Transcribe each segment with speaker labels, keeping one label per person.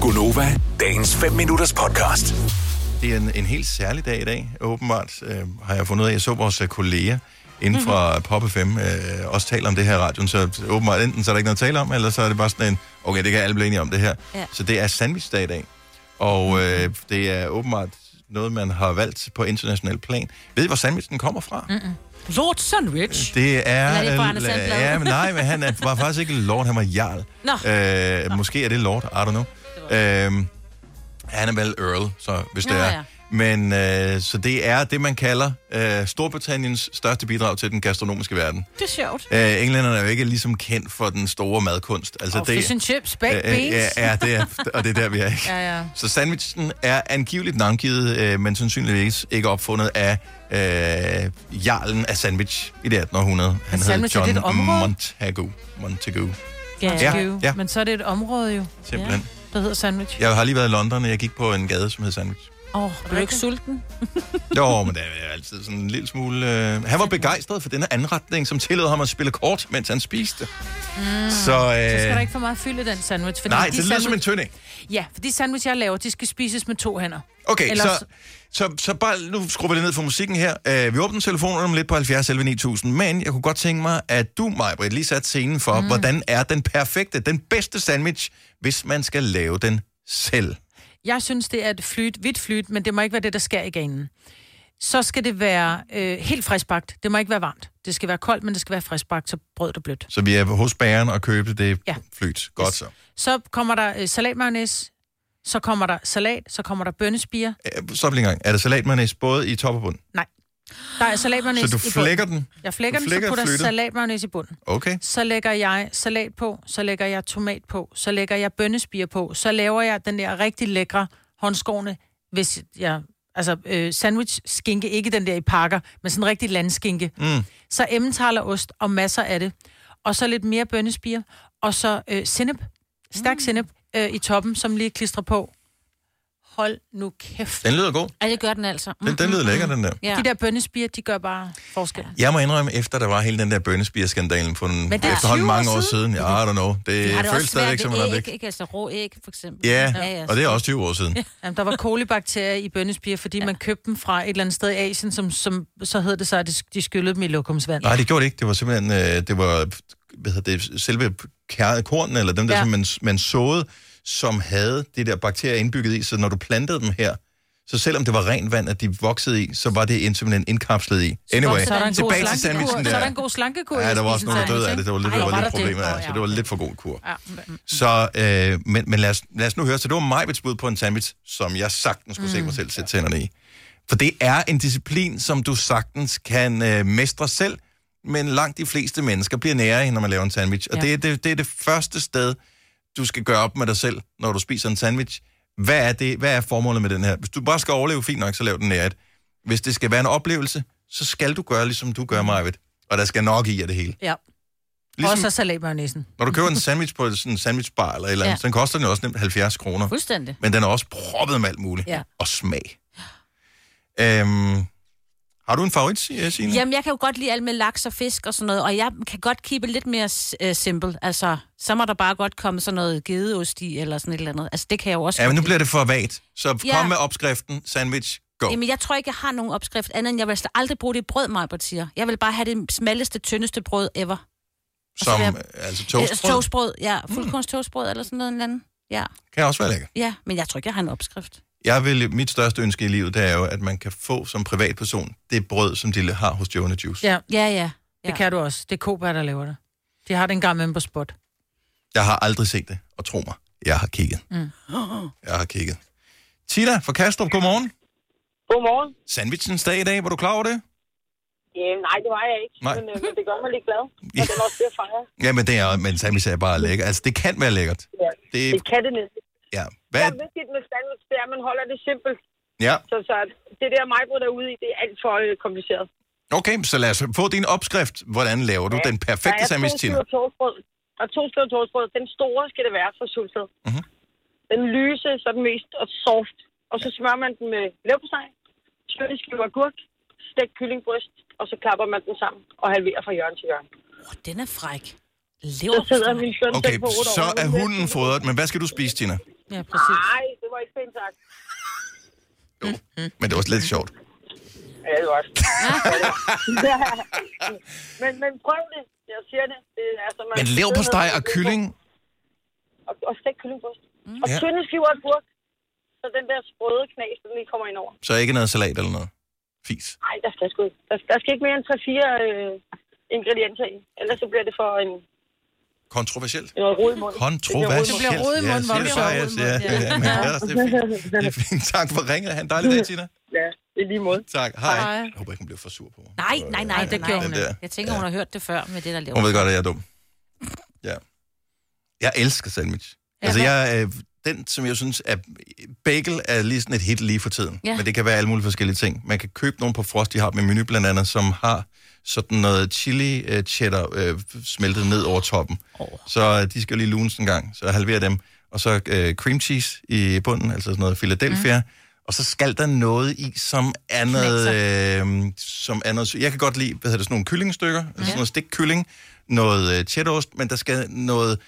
Speaker 1: Gunova, dagens 5 minutters podcast.
Speaker 2: Det er en, en helt særlig dag i dag, åbenbart, øh, har jeg fundet ud af. Jeg så vores øh, kolleger inden fra mm-hmm. Pop FM øh, også taler om det her i radioen, så åbenbart enten så er der ikke noget at tale om, eller så er det bare sådan en, okay, det kan alle blive enige om det her.
Speaker 3: Ja.
Speaker 2: Så det er sandwichdag i dag, og øh, det er åbenbart noget, man har valgt på international plan. Ved I, hvor sandwichen kommer fra? Mm.
Speaker 3: Lord Sandwich.
Speaker 2: Det er...
Speaker 3: Eller er det fra Anders Sandblad?
Speaker 2: ja, men nej, men han er, var faktisk ikke lord, han var jarl.
Speaker 3: Nå.
Speaker 2: Øh, Måske er det lord, I don't know. Øh, han er vel earl, så hvis det
Speaker 3: Nå,
Speaker 2: er.
Speaker 3: ja.
Speaker 2: Men øh, så det er det, man kalder øh, Storbritanniens største bidrag til den gastronomiske verden.
Speaker 3: Det er sjovt.
Speaker 2: Øh, englænderne er jo ikke ligesom kendt for den store madkunst. Altså,
Speaker 3: Og fish and chips, baked
Speaker 2: Øh, øh,
Speaker 3: beans.
Speaker 2: Ja, ja, det er, og det er der, vi er, ikke?
Speaker 3: Ja, ja.
Speaker 2: Så sandwichen er angiveligt navngivet, øh, men sandsynligvis ikke opfundet af øh, jarlen af sandwich i det 1800. Han hed
Speaker 4: sandwich, er det
Speaker 2: John
Speaker 4: et område?
Speaker 2: Montagu. Montagu,
Speaker 3: Ja.
Speaker 4: ja,
Speaker 2: ja.
Speaker 4: ja. Men så er det et område jo,
Speaker 2: simpelthen.
Speaker 4: der hedder sandwich.
Speaker 2: Jeg har lige været i London, og jeg gik på en gade, som hed sandwich.
Speaker 4: Åh, oh,
Speaker 3: Er du ikke sulten?
Speaker 2: Jo, men det er altid sådan en lille smule... Øh... Han var begejstret for denne anretning, som tillod ham at spille kort, mens han spiste. Mm, så, øh...
Speaker 4: Så skal der ikke for meget fyld i den sandwich. Fordi
Speaker 2: Nej,
Speaker 4: de
Speaker 2: det lyder
Speaker 4: sandwich,
Speaker 2: som en tynding.
Speaker 4: Ja, for de sandwich, jeg laver, de skal spises med to hænder.
Speaker 2: Okay,
Speaker 4: Ellers-
Speaker 2: så, så, så bare, nu skruer vi lidt ned for musikken her. Uh, vi åbner telefonen om lidt på 70 11 9000, men jeg kunne godt tænke mig, at du, Majbrit, lige satte scenen for, mm. hvordan er den perfekte, den bedste sandwich, hvis man skal lave den selv.
Speaker 4: Jeg synes, det er et flyt, hvidt flyt, men det må ikke være det, der sker i ganen. Så skal det være øh, helt friskbagt. Det må ikke være varmt. Det skal være koldt, men det skal være friskbagt, så brødet er blødt.
Speaker 2: Så vi er hos bageren og købte det ja.
Speaker 4: Ja.
Speaker 2: flyt. Godt så.
Speaker 4: Så kommer der øh, salatmayonnaise, så kommer der salat, så kommer der bønnespiger.
Speaker 2: Øh, Stop lige en gang. Er der salatmayonnaise både i top og bund?
Speaker 4: Nej, der er salatmayonnaise
Speaker 2: Så du
Speaker 4: i
Speaker 2: flækker
Speaker 4: bunden.
Speaker 2: den?
Speaker 4: Jeg flækker,
Speaker 2: du
Speaker 4: den,
Speaker 2: flækker
Speaker 4: så putter jeg
Speaker 2: flødet?
Speaker 4: salatmayonnaise i bunden.
Speaker 2: Okay.
Speaker 4: så lægger jeg salat på, så lægger jeg tomat på, så lægger jeg bønnespiger på, så laver jeg den der rigtig lækre håndskårne, hvis jeg... Altså øh, sandwich skinke, ikke den der i pakker, men sådan en rigtig landskinke. Mm. Så emmentaler og masser af det. Og så lidt mere bønnespiger, og så øh, sennep, stærk mm. sennep øh, i toppen, som lige klistrer på. Hold nu kæft.
Speaker 2: Den lyder god.
Speaker 3: Ja, det gør den altså. Mm.
Speaker 2: Den, den lyder lækker, den der.
Speaker 3: Ja.
Speaker 4: De der bønnespiger, de gør bare forskel.
Speaker 2: Jeg må indrømme, efter der var hele den der bønnespigerskandalen for en,
Speaker 4: det er
Speaker 2: efterhånden
Speaker 4: 20 år
Speaker 2: mange år siden. Ja, I don't know. Det, det
Speaker 3: Har det
Speaker 2: føles
Speaker 3: også svært
Speaker 2: stadigvæk som en
Speaker 3: ved
Speaker 2: øjeblik.
Speaker 3: æg, ikke? Altså rå æg, for eksempel.
Speaker 2: Ja,
Speaker 3: ja, ja.
Speaker 2: og det er også 20 år siden.
Speaker 4: Jamen, der var kolibakterier i bønnespiger, fordi ja. man købte dem fra et eller andet sted i Asien, som, som så hed det så, at de, de skyllede dem i lokumsvand.
Speaker 2: Nej, det gjorde det ikke. Det var simpelthen, øh, det var, hvad hedder det, selve kær- kornen, eller dem der, ja.
Speaker 4: Ja.
Speaker 2: som man, man såede, som havde de der bakterier indbygget i, så når du plantede dem her, så selvom det var rent vand, at de voksede i, så var det ind, simpelthen indkapslet i. Anyway,
Speaker 4: så er der en god
Speaker 2: tilbage til
Speaker 4: slankekur.
Speaker 2: sandwichen
Speaker 4: Så er der
Speaker 2: der.
Speaker 4: en god slankekur. i
Speaker 2: Ja,
Speaker 4: at
Speaker 2: der var også
Speaker 4: spise
Speaker 2: nogen, der
Speaker 4: en
Speaker 2: døde af det.
Speaker 4: sandwich,
Speaker 2: Det var lidt,
Speaker 4: ikke?
Speaker 2: det var
Speaker 4: Ej,
Speaker 2: lidt problemet
Speaker 4: der Nå,
Speaker 2: af, så
Speaker 4: ja.
Speaker 2: det var lidt for god kur.
Speaker 4: Ja. Mm,
Speaker 2: Så, øh, men, men lad, os, lad os nu høre, så det var Majbets bud på en sandwich, som jeg sagtens skulle mm. se mig selv sætte tænderne i. For det er en disciplin, som du sagtens kan øh, mestre selv, men langt de fleste mennesker bliver nære i, når man laver en sandwich. Og ja.
Speaker 4: Ja.
Speaker 2: det, er det, det er det første sted, du skal gøre op med dig selv, når du spiser en sandwich. Hvad er, det, hvad er formålet med den her? Hvis du bare skal overleve fint nok, så lav den nært. Hvis det skal være en oplevelse, så skal du gøre, ligesom du gør, Majbet. Og der skal nok i af det hele.
Speaker 4: Ja.
Speaker 2: Ligesom,
Speaker 4: Og så salatmayonnaisen.
Speaker 2: når du køber en sandwich på sådan en sandwichbar eller et eller andet, ja.
Speaker 3: Ja.
Speaker 2: så den koster den jo også nemt 70 kroner.
Speaker 3: Fuldstændig.
Speaker 2: Men den er også proppet med alt muligt.
Speaker 3: Ja.
Speaker 2: Og smag. Øhm, har du en favorit, Si- Signe?
Speaker 3: Jamen, jeg kan jo godt lide alt med laks og fisk og sådan noget, og jeg kan godt keep it lidt mere uh, simpel. Altså, så må der bare godt komme sådan noget gedeost i, eller sådan et eller andet. Altså, det kan jeg jo også
Speaker 2: Ja, men
Speaker 3: godt
Speaker 2: nu
Speaker 3: lide.
Speaker 2: bliver det for vagt. Så kom ja.
Speaker 3: Ja.
Speaker 2: med opskriften, sandwich, go. Jamen,
Speaker 3: Jamen, jeg tror ikke, jeg har nogen opskrift andet, end jeg vil slet aldrig bruge det i brød, Marbert siger. Jeg vil bare have det smalleste, tyndeste brød ever. så
Speaker 2: som,
Speaker 3: vil
Speaker 2: jeg...
Speaker 3: jeg-
Speaker 2: altså
Speaker 3: Øh,
Speaker 2: toastbrød, Mm. toast.
Speaker 3: toastbrød, ja. Fuldkorns toastbrød eller sådan noget eller andet. Ja.
Speaker 2: kan også være lækker.
Speaker 3: ja, men jeg tror ikke, jeg har en opskrift.
Speaker 2: Jeg vil, mit største ønske i livet, det er jo, at man kan få som privatperson det brød, som de har hos Jonah Juice. Ja.
Speaker 4: Ja,
Speaker 3: Ja, ja.
Speaker 4: det
Speaker 3: Ja.
Speaker 4: kan du også. Det er Koba, der laver det. De har den gamle på spot.
Speaker 2: Jeg har aldrig set det, og tro mig, jeg har kigget. Mm. Jeg har kigget. Tina fra Kastrup, godmorgen.
Speaker 5: Godmorgen.
Speaker 2: Sandwichens dag i dag, var du klar over det?
Speaker 5: Ja, nej, det var jeg ikke.
Speaker 2: Nej.
Speaker 5: Men, øh, men det gør mig lidt glad. Og den er også bliver fejret.
Speaker 2: Ja, men det er, men sandwich er bare lækker. Altså, det kan være lækkert.
Speaker 5: Ja.
Speaker 2: Det,
Speaker 5: Det kan det næsten.
Speaker 2: ja.
Speaker 5: Det
Speaker 2: Hvad?
Speaker 5: er vigtigt med sandwich, det er, at man holder det simpelt.
Speaker 2: Ja.
Speaker 5: Så, så det der majbrød, der er ude i, det er alt for øh, kompliceret.
Speaker 2: Okay, så lad os få din opskrift. Hvordan laver du den
Speaker 5: Der
Speaker 2: perfekte
Speaker 5: er
Speaker 2: sandwich,
Speaker 5: to
Speaker 2: Tina?
Speaker 5: skiver toastbrød. Der er to skiver toastbrød. Den store skal det være fra sulsted.
Speaker 2: Mhm.
Speaker 5: Den lyse, så den mest og soft. Og så smører man den med leverpostej, tøndeskiver agurk, stegt kyllingbryst, og så klapper man den sammen og halverer fra hjørne til hjørne.
Speaker 3: Oh, den er fræk.
Speaker 5: Så sidder
Speaker 3: Leverpostej.
Speaker 5: min søn
Speaker 2: Okay,
Speaker 5: selv på otte år,
Speaker 2: så
Speaker 5: og
Speaker 2: er
Speaker 5: hun-
Speaker 2: hunden fodret, men hvad skal du spise, Tina?
Speaker 4: Ja, præcis.
Speaker 5: Nej, det var ikke pænt sagt.
Speaker 2: Men det var lidt sjovt.
Speaker 5: Ja, det var det. Ja, det var. men, men prøv det. Jeg siger det. det er, så man
Speaker 2: Men lever på steg og kylling,
Speaker 5: Og, og stegt kyllingbrøst. Mm. Og
Speaker 2: Ja.
Speaker 5: tynde skiver af agurk. Så den der sprøde knas, den lige kommer ind over.
Speaker 2: så ikke noget salat eller noget. Fis.
Speaker 5: Nej, der skal sgu ikke. Der, der skal ikke mere end 3-4 øh, ingredienser i. Ellers så bliver det for en,
Speaker 2: Kontroversielt.
Speaker 5: en rod mund.
Speaker 2: Kontroversielt.
Speaker 5: Det
Speaker 4: bliver rodet i munden, hvor
Speaker 2: Ja,
Speaker 4: det
Speaker 2: siger
Speaker 4: bliver
Speaker 2: det, så, ja,
Speaker 4: rodet i
Speaker 2: ja, ja, men ellers, det, er fint. det er fint. Tak for ringet. Ha' en dejlig dag, Tina.
Speaker 5: Ja, i lige måde.
Speaker 2: Tak. Hej.
Speaker 4: Hej.
Speaker 2: Jeg håber ikke, hun bliver for sur på mig.
Speaker 3: Nej, nej, nej, det gjorde hun
Speaker 2: Den der.
Speaker 3: ikke. Jeg tænker, hun har hørt det før med det, der lever.
Speaker 2: Hun ved godt, at jeg er dum. Ja. Jeg elsker sandwich. Altså, jeg, øh, den, som jeg synes er... Bagel er lige sådan et hit lige for tiden.
Speaker 3: Ja.
Speaker 2: Men det kan være alle mulige forskellige ting. Man kan købe nogle på Frost, de har med menu blandt andet, som har sådan noget chili øh, cheddar øh, smeltet ned over toppen. Oh. Så øh, de skal jo lige lunes en gang, så jeg halverer dem. Og så øh, cream cheese i bunden, altså sådan noget Philadelphia. Mm. Og så skal der noget i, som er noget... Øh, som er noget sy- jeg kan godt lide, hvad hedder det, sådan nogle kyllingstykker, altså sådan noget stikkylling, noget øh, cheddarost, men der skal noget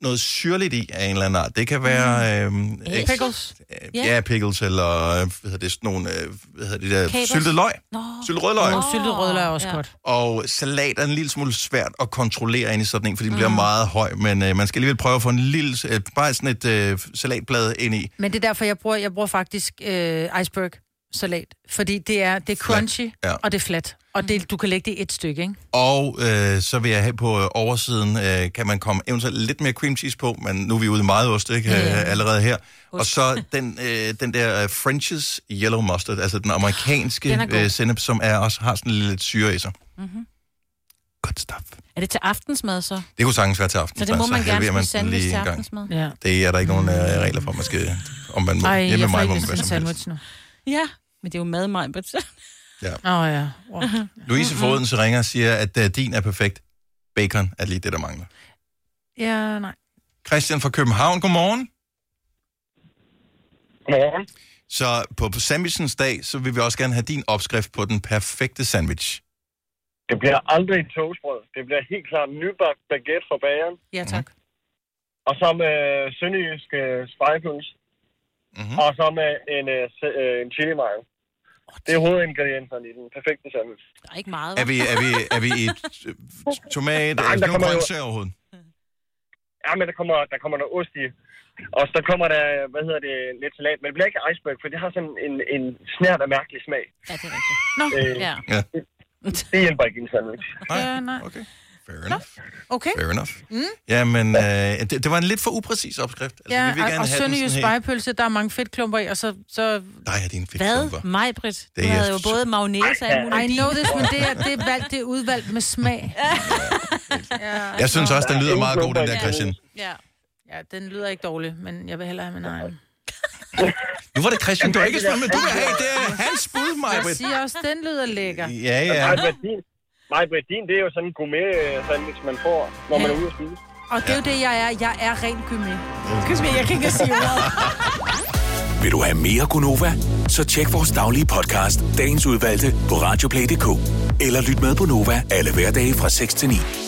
Speaker 2: noget syrligt i af en eller anden art. Det kan være... Mm. Øh, eks-
Speaker 3: Pickles.
Speaker 2: Øh,
Speaker 3: Ja.
Speaker 2: yeah. Ja, pickles, eller øh, hvad hedder det, sådan nogle, øh, hvad hedder det der,
Speaker 3: Kapers.
Speaker 2: syltet løg,
Speaker 3: Nå.
Speaker 2: syltet rødløg,
Speaker 4: Og syltet rødløg er også
Speaker 3: Ja.
Speaker 4: godt.
Speaker 2: og salat er en lille smule svært at kontrollere ind i sådan en, fordi den
Speaker 3: Mm.
Speaker 2: bliver meget høj, men øh, man skal alligevel prøve at få en lille, øh, bare sådan et øh, salatblad ind i.
Speaker 4: Men det er derfor, jeg bruger, jeg bruger faktisk øh, iceberg salat, fordi det er, det er crunchy,
Speaker 2: Ja.
Speaker 4: ja. og det er flat. Og det, du kan lægge det i et stykke, ikke?
Speaker 2: Og øh, så vil jeg have på øh, oversiden, øh, kan man komme eventuelt lidt mere cream cheese på, men nu er vi ude i meget ost, ikke? Øh, allerede her. Og så den, øh, den der øh, French's Yellow Mustard, altså den amerikanske
Speaker 3: Den er god. Mhm.
Speaker 2: øh, sennep, som er, også har sådan lidt syre i sig. Mm-hmm. Godt stuff.
Speaker 3: Er det til aftensmad så?
Speaker 2: Det kunne sagtens være til aften.
Speaker 3: Så det må man gerne
Speaker 2: halverer den
Speaker 3: spise sandwich til
Speaker 2: en gang.
Speaker 3: aftensmad. Mm.
Speaker 4: Ja.
Speaker 2: Det er der ikke nogen øh, regler for, man skal, om man må.
Speaker 4: Ej,
Speaker 2: Hjemme
Speaker 4: jeg får
Speaker 2: mig,
Speaker 4: ikke
Speaker 2: må
Speaker 4: lyst
Speaker 2: man
Speaker 4: til en
Speaker 2: hvad som helst.
Speaker 4: sandwich nu.
Speaker 3: Ja, men det er jo mad, mig. But...
Speaker 4: Åh oh, ja. Wow.
Speaker 2: Louise Foden så ringer og siger, at øh, din er perfekt. Bacon er lige det, der mangler.
Speaker 4: Ja, nej.
Speaker 2: Christian fra København, godmorgen.
Speaker 5: Morgen.
Speaker 2: Så på, på sandwichens dag, så vil vi også gerne have din opskrift på den perfekte sandwich.
Speaker 6: Det bliver aldrig en toastbrød. Det bliver helt klart en nybagt baguette fra bageren.
Speaker 4: Ja,
Speaker 2: Mhm.
Speaker 4: tak.
Speaker 6: Og så med sønderjysk øh, spejpuls.
Speaker 2: Mhm.
Speaker 6: Mm-hmm. Og så med en, øh, se- øh, en chili mayo. Det er hovedingredienserne i den perfekte sandwich.
Speaker 3: Der er ikke meget,
Speaker 2: Er
Speaker 3: hva'?
Speaker 2: vi, er vi, er vi i t- t- tomat
Speaker 6: Nej,
Speaker 2: eller
Speaker 6: der
Speaker 2: nogen
Speaker 6: kommer jo-
Speaker 2: grøntsager overhovedet?
Speaker 6: Ja, men der kommer, der kommer noget ost i. Og så kommer der, øh, hvad hedder det, lidt salat. Men det bliver ikke iceberg, for det har sådan en, en snært af mærkelig smag.
Speaker 3: Ja, det er rigtigt.
Speaker 4: Nå,
Speaker 6: Øh,
Speaker 3: Ja.
Speaker 6: Det hjælper ikke i en sandwich.
Speaker 4: Ja, nej.
Speaker 2: Okay. Fair enough.
Speaker 4: okay.
Speaker 2: Fair enough. Mm. Jamen, øh, det, det var en lidt for upræcis opskrift. Altså,
Speaker 4: Ja,
Speaker 2: vi vil
Speaker 4: og-
Speaker 2: gerne
Speaker 4: og
Speaker 2: have den
Speaker 4: sønderjysk
Speaker 2: sådan her.
Speaker 4: spejepølse, der er mange fedtklumper i, og så... så
Speaker 2: Dig er din fedt
Speaker 3: Hvad? Majbrit?
Speaker 2: Det
Speaker 3: Du
Speaker 2: er
Speaker 3: havde jo
Speaker 2: så-
Speaker 3: både magnæs og alt muligt.
Speaker 4: I know this, men det er, det er, valgt, det er udvalgt med smag. Ja.
Speaker 2: Jeg synes også, den lyder
Speaker 6: ingen
Speaker 2: meget god, den
Speaker 6: klumper
Speaker 2: der,
Speaker 6: i
Speaker 2: Christian.
Speaker 3: Ja.
Speaker 4: Ja, den lyder ikke dårlig, men jeg vil hellere have min egen.
Speaker 2: Nu var det Christian, du har ikke spurgt, men du vil have det er hans bud,
Speaker 4: Jeg
Speaker 2: Majbrit.
Speaker 4: siger også, den lyder lækker.
Speaker 2: Ja, ja.
Speaker 6: Mig, din, det er jo sådan en gourmet-sandwich, man får, når man er ude at spise.
Speaker 4: Og det er jo det, jeg er. Jeg er rent gymi. Gymi, jeg kan ikke sige ordet.
Speaker 1: Vil du have mere Gunova? Så tjek vores daglige podcast, dagens udvalgte, på radioplay.dk. Eller lyt med på Nova alle hverdage fra 6 til 9.